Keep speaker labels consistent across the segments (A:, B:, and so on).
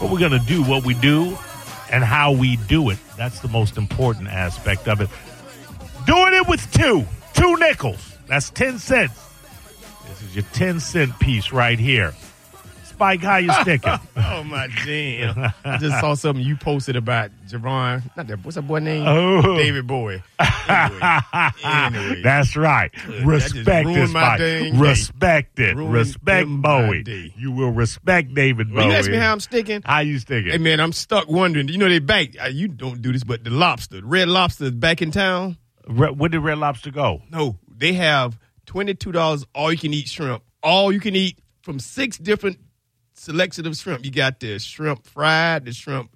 A: what we're going to do, what we do, and how we do it. That's the most important aspect of it. Doing it with two, two nickels. That's 10 cents. This is your 10 cent piece right here. Spike, how you sticking?
B: Oh my damn! I just saw something you posted about Javon. Not that. What's that boy name?
A: Oh.
B: David Bowie. Anyway, anyway.
A: That's right.
B: just
A: Respect
B: ruined
A: this
B: my
A: fight.
B: dang day.
A: Respect it.
B: Ruined
A: respect
B: my
A: Bowie.
B: day.
A: You will respect David Bowie.
B: Well, you ask me how I'm sticking.
A: How you sticking?
B: Hey man, I'm stuck wondering. You know they back. uh, You don't do this, but the lobster, Red Lobster, is back in town.
A: Re- where did Red Lobster go?
B: No, they have twenty two dollars all you can eat shrimp. All you can eat from six different selections of shrimp. You got the shrimp fried, the shrimp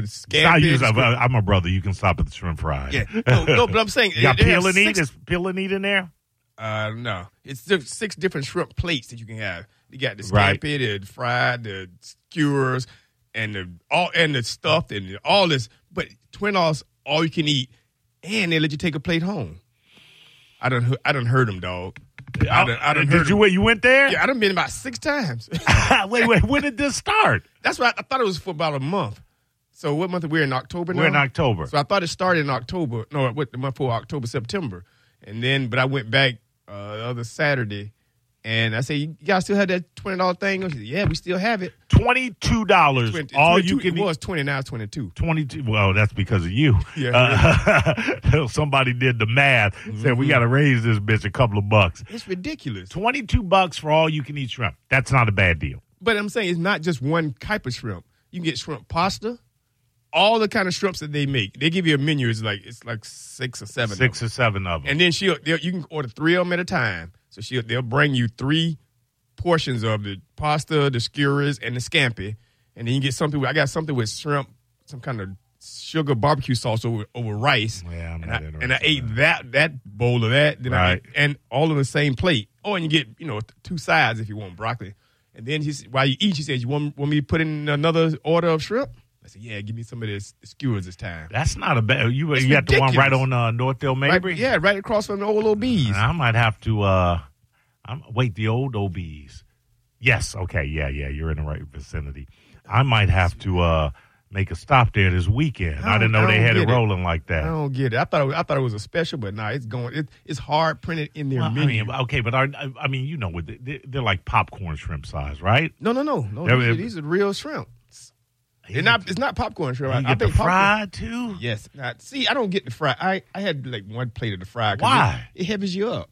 A: I
B: scampi.
A: use, uh,
B: shrimp-
A: I'm a brother. You can stop at the shrimp fry.
B: yeah, no, no, but I'm saying
A: You got
B: they have
A: peel and eat?
B: six-
A: Is peel and eat in there?
B: Uh, no, it's diff- six different shrimp plates that you can have. You got the
A: Right.
B: scampi, the fried, the skewers, and the all and the stuffed and all this. But twin dollars all you can eat, and they let you take a plate home. I don't, I don't hurt them, dog. I done, I done
A: did
B: heard
A: you? You went there?
B: Yeah, I done been about six times.
A: wait, wait. When did this start?
B: That's why I, I thought it was for about a month. So what month are we in? October.
A: We're in
B: now?
A: October.
B: So I thought it started in October. No, what the month for October, September, and then but I went back uh, the other Saturday, and I said, "You guys still had that twenty dollar thing?" She said, "Yeah, we still have it."
A: Twenty-two dollars.
B: 20
A: All
B: 22
A: you can
B: it
A: eat.
B: was twenty now, twenty two.
A: Twenty-two. Well, that's because of you.
B: Yeah.
A: Uh, somebody did the math. Said
B: Mm-hmm.
A: we got to raise this bitch a couple of bucks.
B: It's ridiculous.
A: Twenty-two bucks for all you can eat shrimp. That's not a bad deal.
B: But I'm saying it's not just one type of shrimp. You can get shrimp pasta, all the kind of shrimps that they make. They give you a menu. It's like it's like six or seven. of them.
A: Six or seven of them.
B: and then she'll they'll- you can order three of them at a time. So she will they'll bring you three portions of the pasta, the skewers, and the scampi, and then you get something. With, I got something with shrimp, some kind of sugar barbecue sauce over, over rice.
A: Yeah, I'm
B: and,
A: not
B: I,
A: interested
B: and I
A: in
B: ate that that bowl of that, then I
A: Right.
B: ate- and all on the same plate. Oh, and you get you know two sides if you want broccoli. And then she, said- while you eat, she says, "You want, want me to put in another order of shrimp?" I said, "Yeah, give me some of this skewers this time."
A: that's not a bad. You
B: It's
A: you got the one right
B: ridiculous.
A: on uh, Northdale
B: Right,
A: Mabry.
B: yeah, right across from the old old bees.
A: I might have to. uh I'm wait the old OBs. Yes. Okay. Yeah. Yeah. You're in the right vicinity. I might have to uh make a stop there this weekend. I,
B: I
A: didn't
B: don't-
A: know
B: I
A: they
B: don't
A: had it
B: get it.
A: rolling like
B: I
A: that.
B: don't get it. I thought it was, I thought it was a special, but nah, it's going. It, it's hard printed in their
A: Well, I
B: menu.
A: mean, okay, but are, I- I mean, you know, what they- they- they're like popcorn shrimp size, right?
B: no, no, no, no.
A: Yeah,
B: these,
A: but-
B: are- these are real shrimp. They're not. It's not popcorn shrimp. I-
A: You
B: I
A: get the
B: think popcorn-
A: fried too.
B: Yes. Now, see, I don't get the fry. I, I had like one plate of the fry. 'cause
A: Why?
B: It, it heavies you up.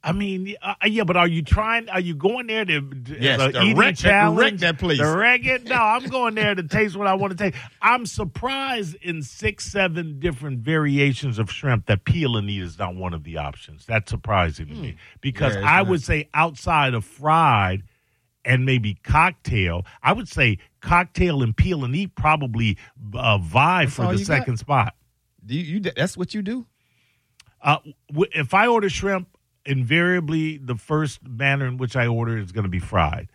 A: I mean, uh, yeah, but are you trying? Are you going there to, to
B: Yes,
A: as a
B: to
A: eating
B: wreck that- to
A: challenge?
B: wreck that place.
A: To wreck it? No, I'm going there to taste what I want to taste. I'm surprised in six, seven different variations of shrimp that peel and eat is not one of the options. That's surprising to me because
B: Hmm. Yeah, it's
A: I
B: not.
A: would say outside of fried and maybe cocktail, I would say cocktail and peel and eat probably uh, vie for
B: all
A: the
B: you got?
A: second spot.
B: Do you, you? That's what you do.
A: Uh, w- if I order shrimp, invariably the first manner in which I order is going to be fried.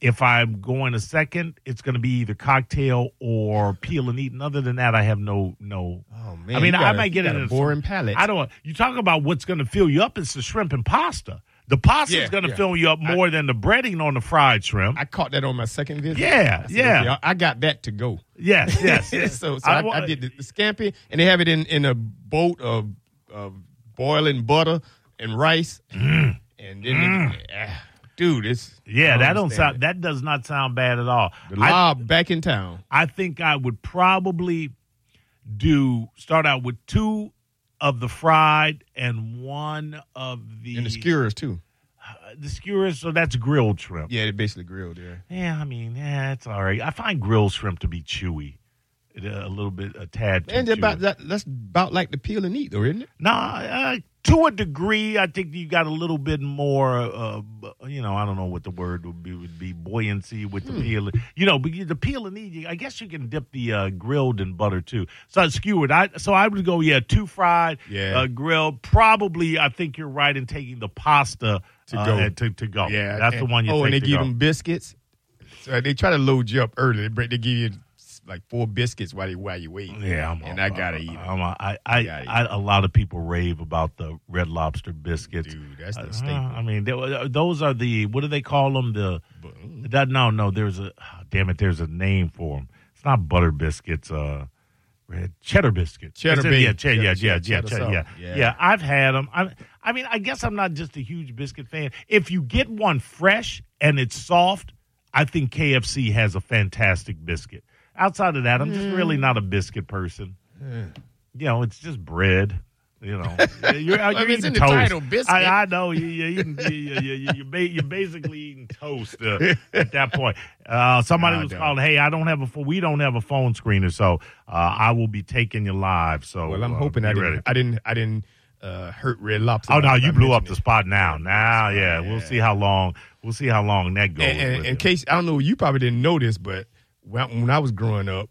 A: If I'm going a second, it's going to be either cocktail or peel and eat. And other than that, I have no no.
B: Oh man.
A: I mean,
B: you got
A: I
B: a-
A: might
B: you
A: get
B: got
A: it
B: a
A: in
B: boring palate.
A: I don't. You talk about what's going to fill you up? It's the shrimp and pasta. The pasta's
B: Yeah,
A: going to
B: yeah.
A: fill you up more than the breading on the fried shrimp.
B: I caught that on my second visit.
A: yeah,
B: I said,
A: yeah,
B: okay, I, I got that to go.
A: yes, yes.
B: so so I,
A: wa-
B: I did the, the scampi, and they have it in, in a boat of, of boiling butter and rice, and then ah, dude, it's
A: Mm. Yeah,
B: I
A: that don't
B: understand
A: sound. That does not sound bad at all.
B: it. The
A: I-
B: lob back in town.
A: I think I would probably do start out with two of the fried and one of the uh,
B: And the skewers too.
A: the skewers. So that's grilled shrimp. Yeah,
B: Yeah, they basically grilled there.
A: I mean, yeah, it's all right. I find grilled shrimp to be chewy, It, uh, a little bit, a tad. Too
B: And
A: chewy.
B: about that, that's about like the peel and eat, though, isn't it?
A: Nah, uh, to a degree, I think you got a little bit more. Uh, b- you know, I don't know what the word would be. Would be buoyancy with
B: Hmm.
A: the peel. You know, but you- the peel and eat. I guess you can dip the uh, grilled in butter too. So skewered. I so I would go. Yeah, two fried.
B: Yeah.
A: Uh, grilled. Probably. I think you're right in taking the pasta
B: To
A: uh,
B: go.
A: and to, to go. that's
B: and-
A: the one you.
B: Oh,
A: take
B: and they
A: to
B: give
A: go.
B: them biscuits. So they try to load you up early. They, break- they give you like four biscuits while they while you wait.
A: Yeah, I'm
B: and
A: a-
B: I gotta eat 'em.
A: I'm a, I, I,
B: Gotta eat
A: I, a lot of people rave about the Red Lobster biscuits.
B: Dude, that's the
A: Uh,
B: staple.
A: I mean, they, those are the what do they call them? The
B: But mm.
A: That, no, no. There's a ah, damn it. There's a name for them. It's not butter biscuits. Uh, red cheddar biscuits.
B: Cheddar
A: It's a-
B: bean.
A: yeah, cheddar, yeah,
B: Cheddar,
A: yeah, yeah,
B: cheddar,
A: cheddar, yeah,
B: cheddar.
A: yeah,
B: Yeah.
A: I've had them. I, I mean, I guess I'm not just a huge biscuit fan. If you get one fresh and it's soft, I think KFC has a fantastic biscuit. Outside of that, I'm just really not a biscuit person. You know, it's just bread. You know, you're, you're
B: mean, it's
A: eating
B: in the
A: toast.
B: title, biscuit.
A: I, I know you, you're eating, you, you, you, you, ba- you're basically eating toast uh, at that point. Uh, somebody
B: No, I
A: was
B: don't.
A: calling, hey, I don't have a, pho- we don't have a phone screener, so uh, I will be taking you live. So,
B: Well, I'm
A: uh,
B: hoping
A: be
B: I
A: ready.
B: didn't, I didn't, I didn't uh, hurt Red Lobster.
A: Oh no!
B: by- by
A: You blew up the
B: mentioning
A: spot now. Now, yeah, we'll see how long. We'll see how long that goes.
B: it. And, and
A: with
B: in
A: it.
B: case I don't know, you probably didn't know this, but when, when I was growing up,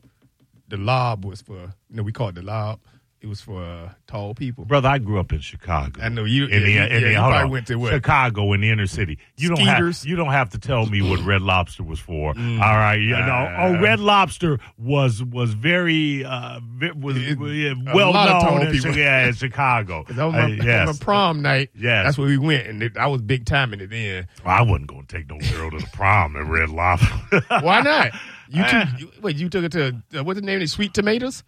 B: the lob was for you know we called it the lob. It was for uh, tall people.
A: brother, I grew up in Chicago.
B: I know you-
A: In the,
B: yeah,
A: in
B: yeah,
A: the,
B: you
A: hold
B: probably
A: on.
B: went to what?
A: Chicago in the inner city. You don't have
B: Skeeters. Mm.
A: you don't have to tell me what Red Lobster was for. All right, you know.
B: Uh,
A: Oh, Red Lobster was was very uh, ve- was
B: It-
A: yeah,
B: a
A: well
B: lot of
A: known
B: tall
A: in,
B: people.
A: Chi- yeah, in Chicago.
B: 'Cause That was
A: Uh,
B: my,
A: yes.
B: my prom night.
A: Yes.
B: that's where we went, and it, I was big time in it then.
A: Well, I wasn't going to take no girl to the prom at Red Lobster.
B: Why not? You
A: Ah.
B: took you, wait. You took it to uh, what's the name? of it? Sweet tomatoes.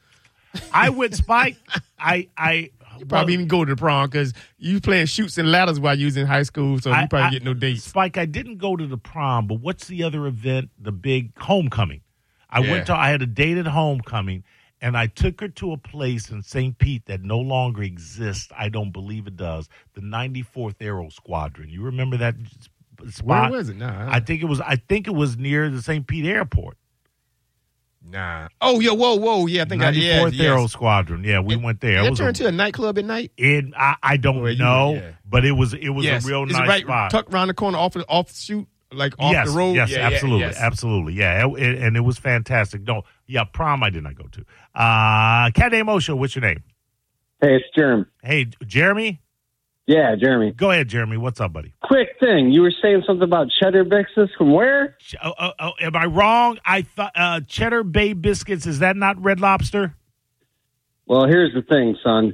A: I would spike. I I
B: You probably even go to the prom because you playing shoots and ladders while you was in high school, so
A: I-
B: you probably
A: I-
B: get no dates.
A: Spike, I didn't go to the prom, but what's the other event? The big homecoming. I
B: Yeah.
A: went to. I had a date at homecoming, and I took her to a place in St. Pete that no longer exists. I don't believe it does. The 94th Aero Squadron. You remember that s-
B: Where
A: spot?
B: was it? Nah,
A: I think it was. I think it was near the St. Pete Airport.
B: nah. Oh yeah, whoa, whoa, yeah. I think I yeah,
A: 94th
B: yes.
A: Aero Squadron. Yeah, we went there. It
B: That
A: was a-
B: turned to a nightclub at night.
A: it, I, I don't
B: Well, you-
A: know,
B: yeah.
A: but it was it was
B: yes,
A: a real
B: Is it
A: nice
B: right,
A: spot.
B: Tucked around the corner, off the off shoot, like off
A: yes,
B: the road.
A: Yes,
B: Yeah, yeah,
A: absolutely,
B: yes.
A: absolutely. Yeah, it- it- and it was fantastic. No, yeah, prom I did not go to. Uh Cat Name Osho, what's your name?
C: Hey, it's Jerm.
A: Hey, Jeremy,
C: Yeah, Jeremy.
A: go ahead, Jeremy. What's up, buddy?
C: Quick thing, you were saying something about cheddar biscuits from where?
A: Ch- Oh, oh, oh, am I wrong? I thought uh, Cheddar Bay biscuits is that not Red Lobster?
C: Well, here's the thing, son.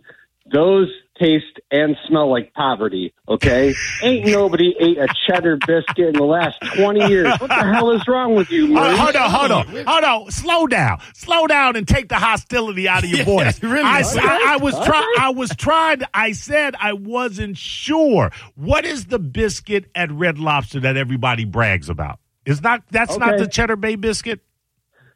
C: Those taste and smell like poverty, okay? Ain't nobody ate a cheddar biscuit in the last 20 years. What the hell is wrong with you,
A: Oh,
C: man?
A: hold on, hold on, hold on. Slow down, slow down, and take the hostility out of your voice.
B: really.
A: I, s-
C: Okay.
A: I- I was trying. I was trying. I said I wasn't sure. What is the biscuit at Red Lobster that everybody brags about? It's not. That's not
C: Okay.
A: the Cheddar Bay biscuit.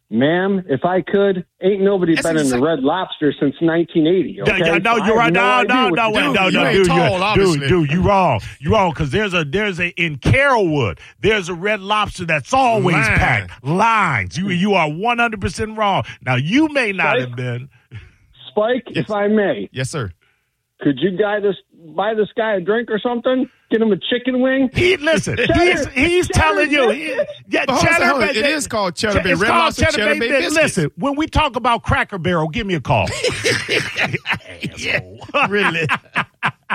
C: Ma'am, if I could, ain't nobody
B: That's
C: been in
B: exact-
C: the Red Lobster since 1980,
A: Yeah,
C: okay?
A: yeah, no,
C: So I
A: you're right.
C: have
A: No,
C: idea
A: no,
C: what
A: no,
C: you
A: wait,
C: do.
A: no,
B: You
A: no,
B: ain't
A: dude,
B: tall,
A: dude,
B: obviously.
A: dude, you wrong. You wrong because there's a there's a in Carrollwood there's a Red Lobster that's always
B: Line.
A: packed lines. You you are 100 percent wrong. Now you may not
C: Right.
A: have been.
C: Spike, if I may,
B: Yes, sir.
C: could you guy this buy this guy a drink or something? Get him a chicken wing?
A: He listen.
C: Cheddar-
A: he's he's
C: cheddar
A: telling you. He,
C: biscuits?
A: yeah,
B: But hold on,
A: cheddar.
B: hold on.
A: but
B: It
A: they-
B: is called Cheddar Bay.
A: It's
B: Red
A: called
B: Lobster,
A: Cheddar
B: Cheddar
A: Bay
B: Bay
A: Bis-
B: biscuits.
A: Listen, when we talk about Cracker Barrel, give me a call. Asshole.
B: Really?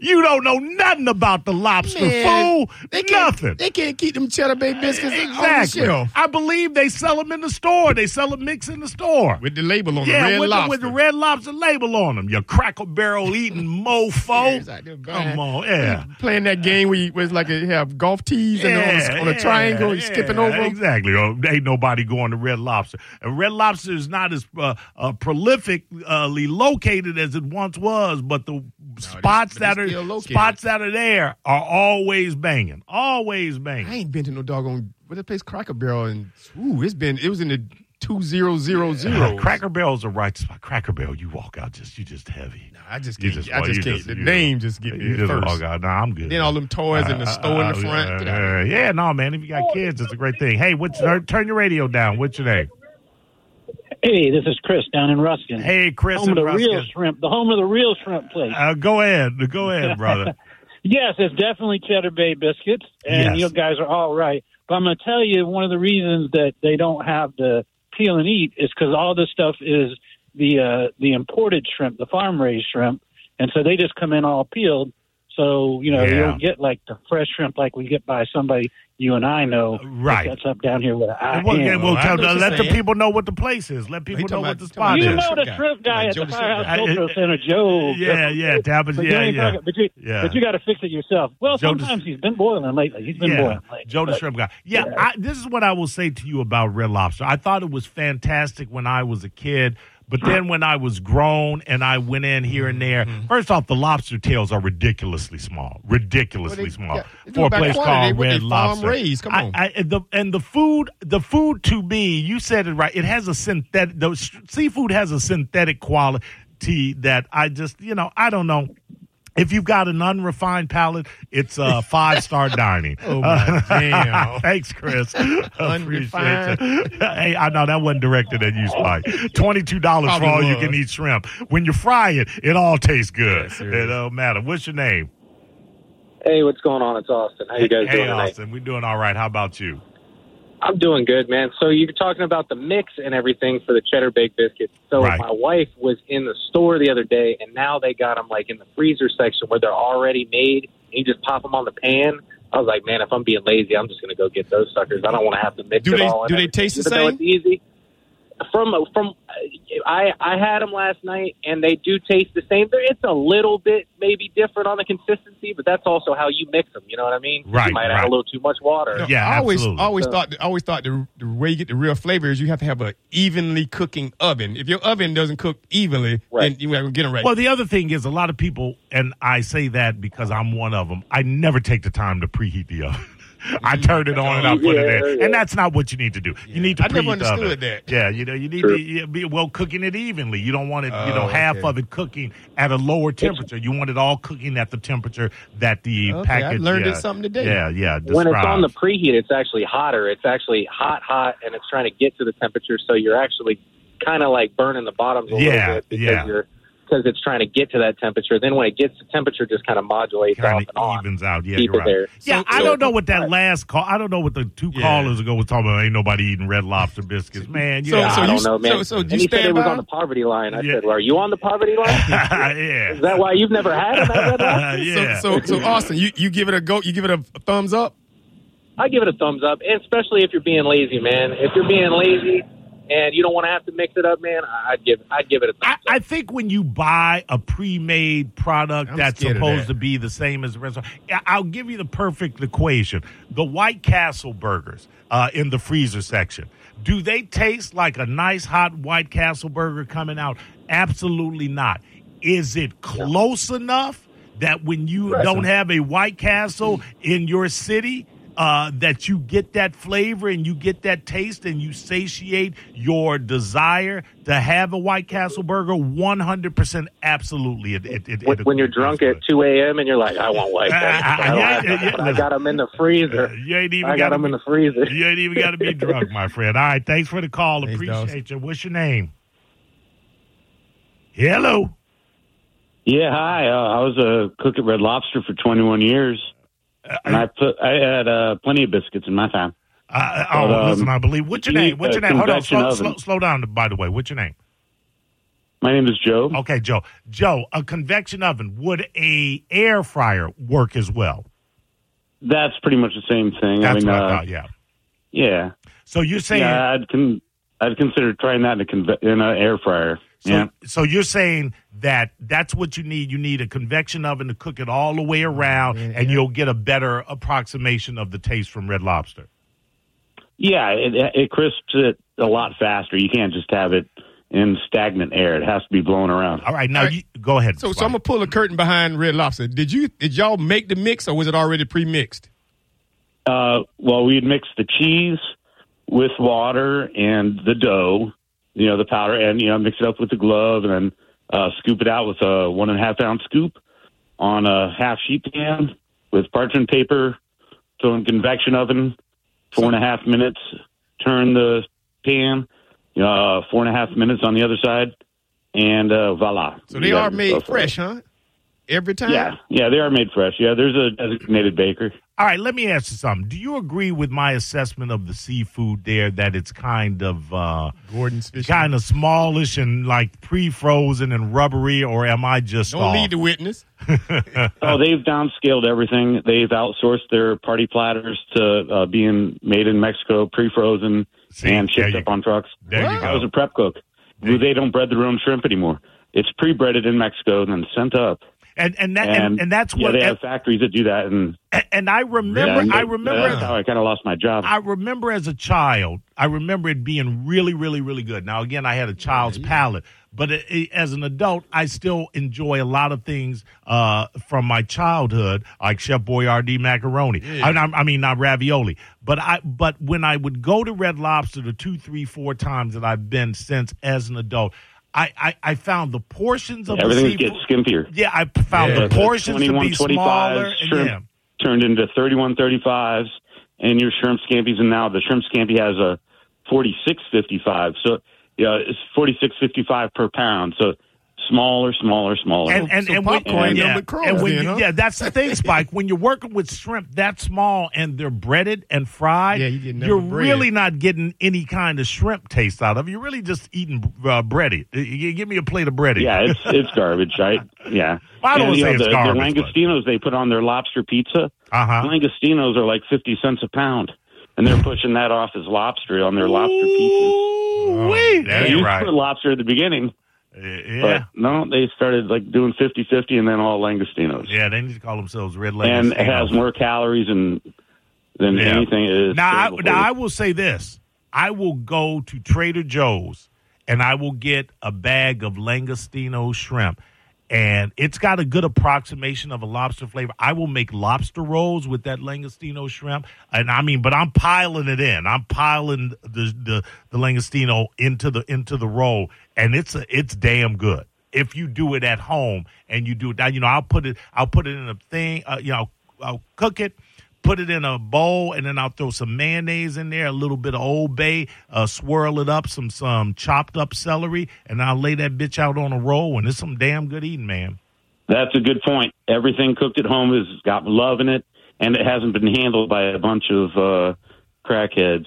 A: you don't know nothing about the lobster,
B: Man,
A: fool.
B: They can't,
A: Nothing.
B: They can't keep them Cheddar Bay biscuits
A: Exactly.
B: on the shelf
A: I believe they sell them in the store. They sell them mixed in the store.
B: with the label on
A: yeah,
B: the red
A: with,
B: lobster.
A: The, with the red lobster label on them. You cracker barrel eating
B: Yeah,
A: mofo.
B: it's like they're buying-
A: Come on, yeah.
B: Playing that game where, you, where it's like you have golf tees and on a- on a,
A: yeah,
B: triangle, you're
A: yeah,
B: skipping over. 'em.
A: Exactly. Oh, ain't nobody going to Red Lobster. And Red Lobster is not as uh, uh, prolifically located as it once was, but the spots
B: but it's
A: that are
B: still located.
A: spots that are there are always banging, always banging.
B: I ain't been to no doggone what that place Cracker Barrel and ooh, it's been it was in the two zero zero
A: Uh,
B: zero.
A: Cracker Barrel's a right spot. Cracker Barrel, you walk out just you just heavy.
B: I just
A: You
B: can't.
A: just-
B: I
A: well,
B: just
A: you
B: can't.
A: just-
B: the
A: you
B: name just get
A: You
B: me
A: just
B: first.
A: walk out. Nah, I'm good.
B: Then all them toys in the
A: Uh,
B: store in
A: uh,
B: the front.
A: uh,
B: Get out of here.
A: uh, yeah, no, man. If you got kids, it's a great thing. Hey, what's turn, turn your radio down? What's your name?
D: Hey, this is Chris down in Ruskin.
A: Hey, Chris
D: home
A: and
D: of the
A: Ruskin.
D: real shrimp, the home of the real shrimp place.
A: Uh, go ahead, go ahead, brother.
D: yes, it's definitely Cheddar Bay biscuits, and
A: Yes.
D: you guys are all right. But I'm going to tell you one of the reasons that they don't have the peel and eat is because all this stuff is the uh, the imported shrimp, the farm raised shrimp, and so they just come in all peeled. So you know
A: Yeah.
D: you don't get like the fresh shrimp like we get by somebody you and I know
A: Uh, Right.
D: that's up down here with I
A: Well, yeah,
D: am.
A: well,
B: I
A: tell, uh,
B: know what you're
A: let the
B: saying.
A: people know what the place is. Let people
B: talking
A: know what
B: about-
A: the
B: he's
A: spot
B: talking
A: is.
D: you
B: Yeah,
D: know
B: shrimp
D: the
B: guy.
D: shrimp guy
B: Yeah,
D: at
B: Joe
D: the
B: the
D: Firehouse
A: shrimp guy.
D: Cultural Center, Joe.
A: Yeah, yeah, Tabitha,
D: But, you
A: yeah,
D: ain't
A: yeah.
D: talking- but you,
A: Yeah.
D: but you got to fix it yourself. Well,
A: Joe the-
D: sometimes he's been boiling lately. He's been
A: yeah,
D: boiling lately.
A: Joe the
D: But-
A: Shrimp Guy. Yeah, I, this is what I will say to you about Red Lobster. I thought it was fantastic when I was a kid, but then when I was grown and I went in here and there,
B: Mm-hmm.
A: first off, the lobster tails are ridiculously small, ridiculously
B: Well, they-
A: small
B: yeah, they do
A: for a
B: it by
A: place
B: quantity,
A: called
B: what they
A: Red
B: farm
A: Lobster.
B: raised, come
A: I-
B: on.
A: I, and the and the food, the food to me, you said it right. It has a synthetic. The s- seafood has a synthetic quality that I just, you know, I don't know. If you've got an unrefined palate, it's uh, five star dining.
B: Oh, my damn.
A: Thanks, Chris. Appreciate
B: Unrefined.
A: it. Hey, I know that wasn't directed at you, Spike. Twenty-two dollars for
B: Probably
A: all you
B: was.
A: can eat shrimp. When you fry it, it all tastes good.
B: serious.
A: it don't matter. What's your name?
E: Hey, what's going on? It's Austin. How you guys
A: hey,
E: doing tonight?
A: Austin. We're doing all right. How about you?
E: I'm doing good, man. So you're talking about the mix and everything for the cheddar baked biscuits. So
A: Right.
E: my wife was in the store the other day, and now they got them like in the freezer section where they're already made. And you just pop them on the pan. I was like, man, if I'm being lazy, I'm just gonna go get those suckers. I don't want to have to mix
B: Do
E: it
B: they-
E: all. and
B: do they
E: everything,
B: taste the
E: even though
B: same?
E: It's easy. From from, uh, I I had them last night, and they do taste the same. They're- It's a little bit maybe different on the consistency, but that's also how you mix them. You know what I mean?
A: Right,
E: You might add
A: right.
E: a little too much water.
B: No,
A: Yeah,
B: I always
A: absolutely.
B: always
E: So-
B: thought I always thought the, the way you get the real flavor is you have to have a evenly cooking oven. If your oven doesn't cook evenly,
E: Right.
B: then you ain't gonna get it right.
A: Well, the other thing is, a lot of people, and I say that because I'm one of them. I never take the time to preheat the oven. I turn it on and I put it in,
E: Yeah, yeah.
A: and that's not what you need to do. You need to.
B: I never
A: preheat the
B: understood
A: oven.
B: that.
A: Yeah, you know, you need
E: True.
A: to yeah, be well cooking it evenly. You don't want it, you
B: Oh,
A: know, half
B: okay.
A: of it cooking at a lower temperature. You want it all cooking at the temperature that the
B: Okay, I
A: package.
B: learned
A: yeah,
B: something today.
A: Yeah, yeah.
E: when it's on the
A: describes.
E: preheat, it's actually hotter. It's actually hot, hot, and it's trying to get to the temperature. So you're actually kind of like burning the bottoms a
A: Yeah,
E: little bit because
A: yeah.
E: you're because it's trying to get to that temperature. Then when it gets to temperature, just kind of modulates off
A: kind
E: and
B: oh,
E: on.
A: of evens out. Yeah,
E: Keep
A: you're
E: it
A: right.
E: there.
A: Yeah,
B: So-
A: I
B: so-
A: don't know what that last call. I don't know what the two
B: Yeah.
A: callers ago was talking about. Ain't nobody eating red lobster biscuits, man.
B: So-
A: Yeah,
E: I
B: so
E: don't
B: you-
E: know, man.
B: so- so do
E: and
B: you
E: he said
B: stand
E: it was
B: by?
E: on the poverty line. I
A: Yeah.
E: said, "Well, are you on the poverty line?
A: yeah.
E: Is that why you've never had it?" I said, "Well,
A: yeah.
B: So, so so Austin, you, you give it a go, you give it a thumbs up.
E: I give it a thumbs up, especially if you're being lazy, man. If you're being lazy and you don't want to have to mix it up, man, I- I'd give I'd give it a thumbs
A: I,
E: up.
A: I think when you buy a pre-made product
B: I'm
A: that's
B: scared of
A: supposed to
B: that.
A: be the same as the restaurant, I- I'll give you the perfect equation: the White Castle burgers uh, in the freezer section. Do they taste like a nice hot White Castle burger coming out? Absolutely not. Is it close enough that when you don't have a White Castle in your city? Uh, that you get that flavor and you get that taste and you satiate your desire to have a White Castle burger 100% absolutely. It, it, it,
E: when,
A: it-
E: when you're
A: it
E: drunk
A: tastes
E: at 2 a.m. and you're like, I want white.
A: I- I-
E: I, don't
A: yeah,
E: have
A: yeah,
E: that,
A: yeah,
E: but I
A: listen.
E: got them in the
A: good.
E: freezer.
A: You ain't even
E: I got
A: gotta
E: them in
A: be-
E: the freezer.
A: You ain't even got to be drunk, my friend. All right, thanks for the call.
B: Thanks,
A: Appreciate you. What's your name? Hello.
F: Yeah, hi. Uh, I was a cook at Red Lobster for 21 years, and I put I had uh, plenty of biscuits in my time.
A: Uh, oh,
F: But, um,
A: listen, I believe. What's your
F: you
A: name?
F: need
A: What's
F: a
A: your name? Hold on.
F: convection
A: Slow,
F: oven.
A: slow, slow down, by the way. What's your name?
F: My name is Joe.
A: Okay, Joe. Joe, a convection oven. Would a air fryer work as well?
F: That's pretty much the same thing.
A: That's
F: I mean,
A: what
F: uh,
A: I thought, yeah.
F: yeah,
A: So you're saying
F: yeah. I'd con- I'd consider trying that in a conve- in an air fryer.
A: So,
F: yeah,
A: so you're saying that that's what you need. You need a convection oven to cook it all the way around, and you'll get a better approximation of the taste from Red Lobster.
F: yeah. It, it crisps it a lot faster. You can't just have it in stagnant air. It has to be blown around.
A: All right, now
B: All right.
A: You, go ahead.
B: So so
A: Spike.
B: I'm gonna pull the curtain behind Red Lobster. Did you did y'all make the mix or was it already pre mixed?
F: Uh, well, we'd mix the cheese with water and the dough, you know, the powder, and you know, mix it up with the glove, and then uh, scoop it out with a one and a half ounce scoop on a half sheet pan with parchment paper. Throw in convection oven, four and a half minutes. Turn the pan, uh, four and a half minutes on the other side, and uh, voila.
B: So they
F: You got
B: are made
F: yourself a-
B: fresh, huh? every time?
F: Yeah, yeah, they are made fresh. Yeah, there's a designated baker.
A: All right, let me ask you something. Do you agree with my assessment of the seafood there that it's kind of uh
B: Gordon's fishing.
A: kind of smallish and like pre-frozen and rubbery or am I just
B: Don't
A: off?
B: lead the witness.
F: Oh, they've downscaled everything. They've outsourced their party platters to uh, being made in Mexico, pre-frozen,
A: See,
F: and
A: there
F: shipped
A: you,
F: up on trucks.
A: there you
F: I was
A: go.
F: a prep cook. They don't bread their own shrimp anymore. It's pre-breaded in Mexico and then sent up.
A: And and that and,
F: And,
A: and that's
F: yeah,
A: what
F: they have factories that do that. And
A: and, and I remember
F: yeah,
A: I remember
F: that's how I kind of lost my job.
A: I remember as a child, I remember it being really, really, really good. Now, again, I had a child's palate, but it, it- as an adult, I still enjoy a lot of things uh, from my childhood, like Chef Boyardee macaroni. I, I- I mean, not ravioli. But I, but when I would go to Red Lobster the two, three, four times that I've been since as an adult, I, I, I found the portions of
F: Everything
A: the
F: gets
A: seafood.
F: skimpier.
A: Yeah, I found the
B: Yeah.
A: portions to be
F: 21, 25
A: smaller. and
F: shrimp.
A: yeah.
F: turned into 31 35s and your shrimp scampi's and now the shrimp scampi has a 46.55 so yeah it's 46.55 per pound so smaller smaller smaller
A: and and,
B: So
A: and when,
B: popcorn
A: and, yeah,
B: number crawls
A: and when
B: then,
A: you-
B: huh?
A: yeah, that's the thing, Spike. When you're working with shrimp that small and they're breaded and fried,
B: Yeah, you get
A: are
B: number bread.
A: really not getting any kind of shrimp taste out of it. You're really just eating uh, breaded. Uh, you- Give me a plate of breaded.
F: yeah it's it's garbage right yeah
A: I don't
F: And, you
A: wanna say it's
F: know, the,
A: garbage,
F: the
A: but-
F: langostinos they put on their lobster pizza
A: Uh huh.
F: langostinos are like 50 cents a pound and they're pushing that off as lobster on their lobster pizzas
A: Wait, that
F: you
A: ain't Oh, right.
F: put lobster at the beginning
A: Yeah,
F: but no they started like doing 50 50 and then all langostinos
A: yeah. They need to call themselves red
F: and
A: legs.
F: it has more calories and than
A: Yeah.
F: anything. It's
A: Now, I,
F: terrible.
A: now I will say this: I will go to Trader Joe's and I will get a bag of langostino shrimp, and it's got a good approximation of a lobster flavor. I will make lobster rolls with that langostino shrimp, and I mean, but I'm piling it in. I'm piling the the, the langostino into the into the roll, and it's a, it's damn good. If you do it at home and you do it, you know, I'll put it, I'll put it in a thing, uh, you know, I'll cook it, put it in a bowl, and then I'll throw some mayonnaise in there, a little bit of Old Bay, uh, swirl it up, some some chopped up celery, and I'll lay that bitch out on a roll, and it's some damn good eating, man.
F: that's a good point. Everything cooked at home has got love in it, and it hasn't been handled by a bunch of uh, crackheads.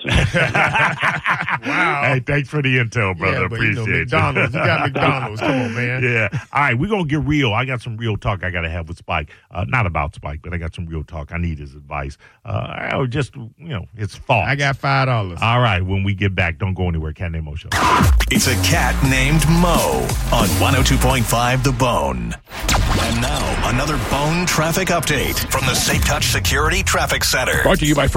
A: Wow. Hey, thanks for the intel, brother.
B: yeah, but you
A: Appreciate
B: know,
A: it.
B: McDonald's. You got McDonald's. Come on, man.
A: Yeah. All right, we're gonna get real. I got some real talk I gotta have with Spike. Uh, not about Spike, but I got some real talk. I need his advice. Uh, or just you know, his thoughts.
B: I got five dollars.
A: All right, when we get back, don't go anywhere. Cat Name Mo Show.
G: It's a cat named Mo on 102.5 The Bone. And now, another bone traffic update from the Safe Touch Security Traffic Center.
B: Brought to you by